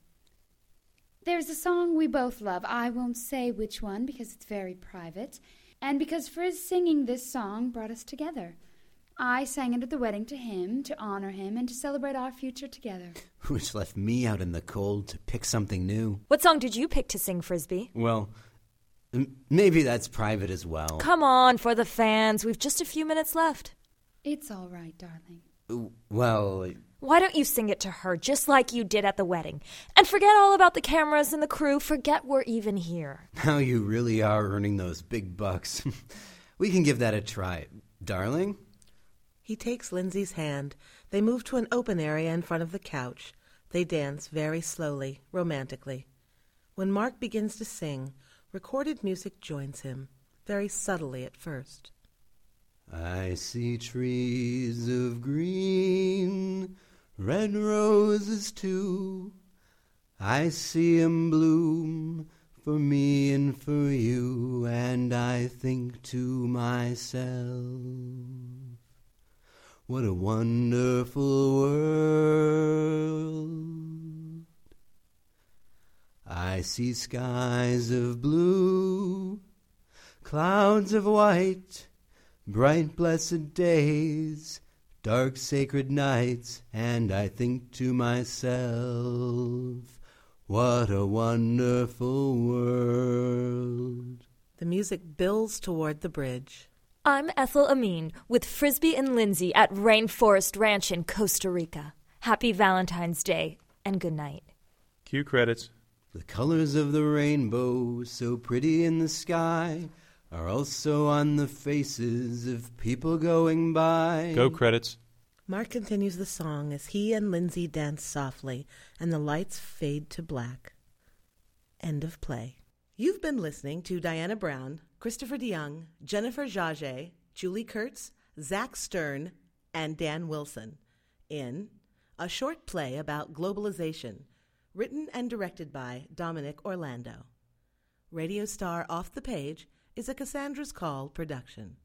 Speaker 2: There's a song we both love. I won't say which one because it's very private, and because Frizz singing this song brought us together. I sang it at the wedding to him, to honor him, and to celebrate our future together.
Speaker 3: Which left me out in the cold to pick something new.
Speaker 5: What song did you pick to sing, Frisbee?
Speaker 3: Well, m- maybe that's private as well.
Speaker 5: Come on, for the fans. We've just a few minutes left.
Speaker 2: It's all right, darling.
Speaker 3: Well,
Speaker 5: Why don't you sing it to her just like you did at the wedding? And forget all about the cameras and the crew. Forget we're even here.
Speaker 3: now you really are earning those big bucks. we can give that a try, darling.
Speaker 1: He takes Lindsay's hand. They move to an open area in front of the couch. They dance very slowly, romantically. When Mark begins to sing, recorded music joins him, very subtly at first.
Speaker 3: I see trees of green, red roses too. I see 'em bloom for me and for you, and I think to myself, what a wonderful world. I see skies of blue, clouds of white, bright blessed days, dark sacred nights, and I think to myself, what a wonderful world.
Speaker 1: The music bills toward the bridge.
Speaker 5: I'm Ethel Amin with Frisbee and Lindsay at Rainforest Ranch in Costa Rica. Happy Valentine's Day and good night.
Speaker 4: Cue credits.
Speaker 3: The colors of the rainbow, so pretty in the sky, are also on the faces of people going by.
Speaker 4: Go credits.
Speaker 1: Mark continues the song as he and Lindsay dance softly and the lights fade to black. End of play. You've been listening to Diana Brown, Christopher DeYoung, Jennifer Jage, Julie Kurtz, Zach Stern, and Dan Wilson in a short play about globalization, written and directed by Dominic Orlando. Radio Star Off the Page is a Cassandra's Call production.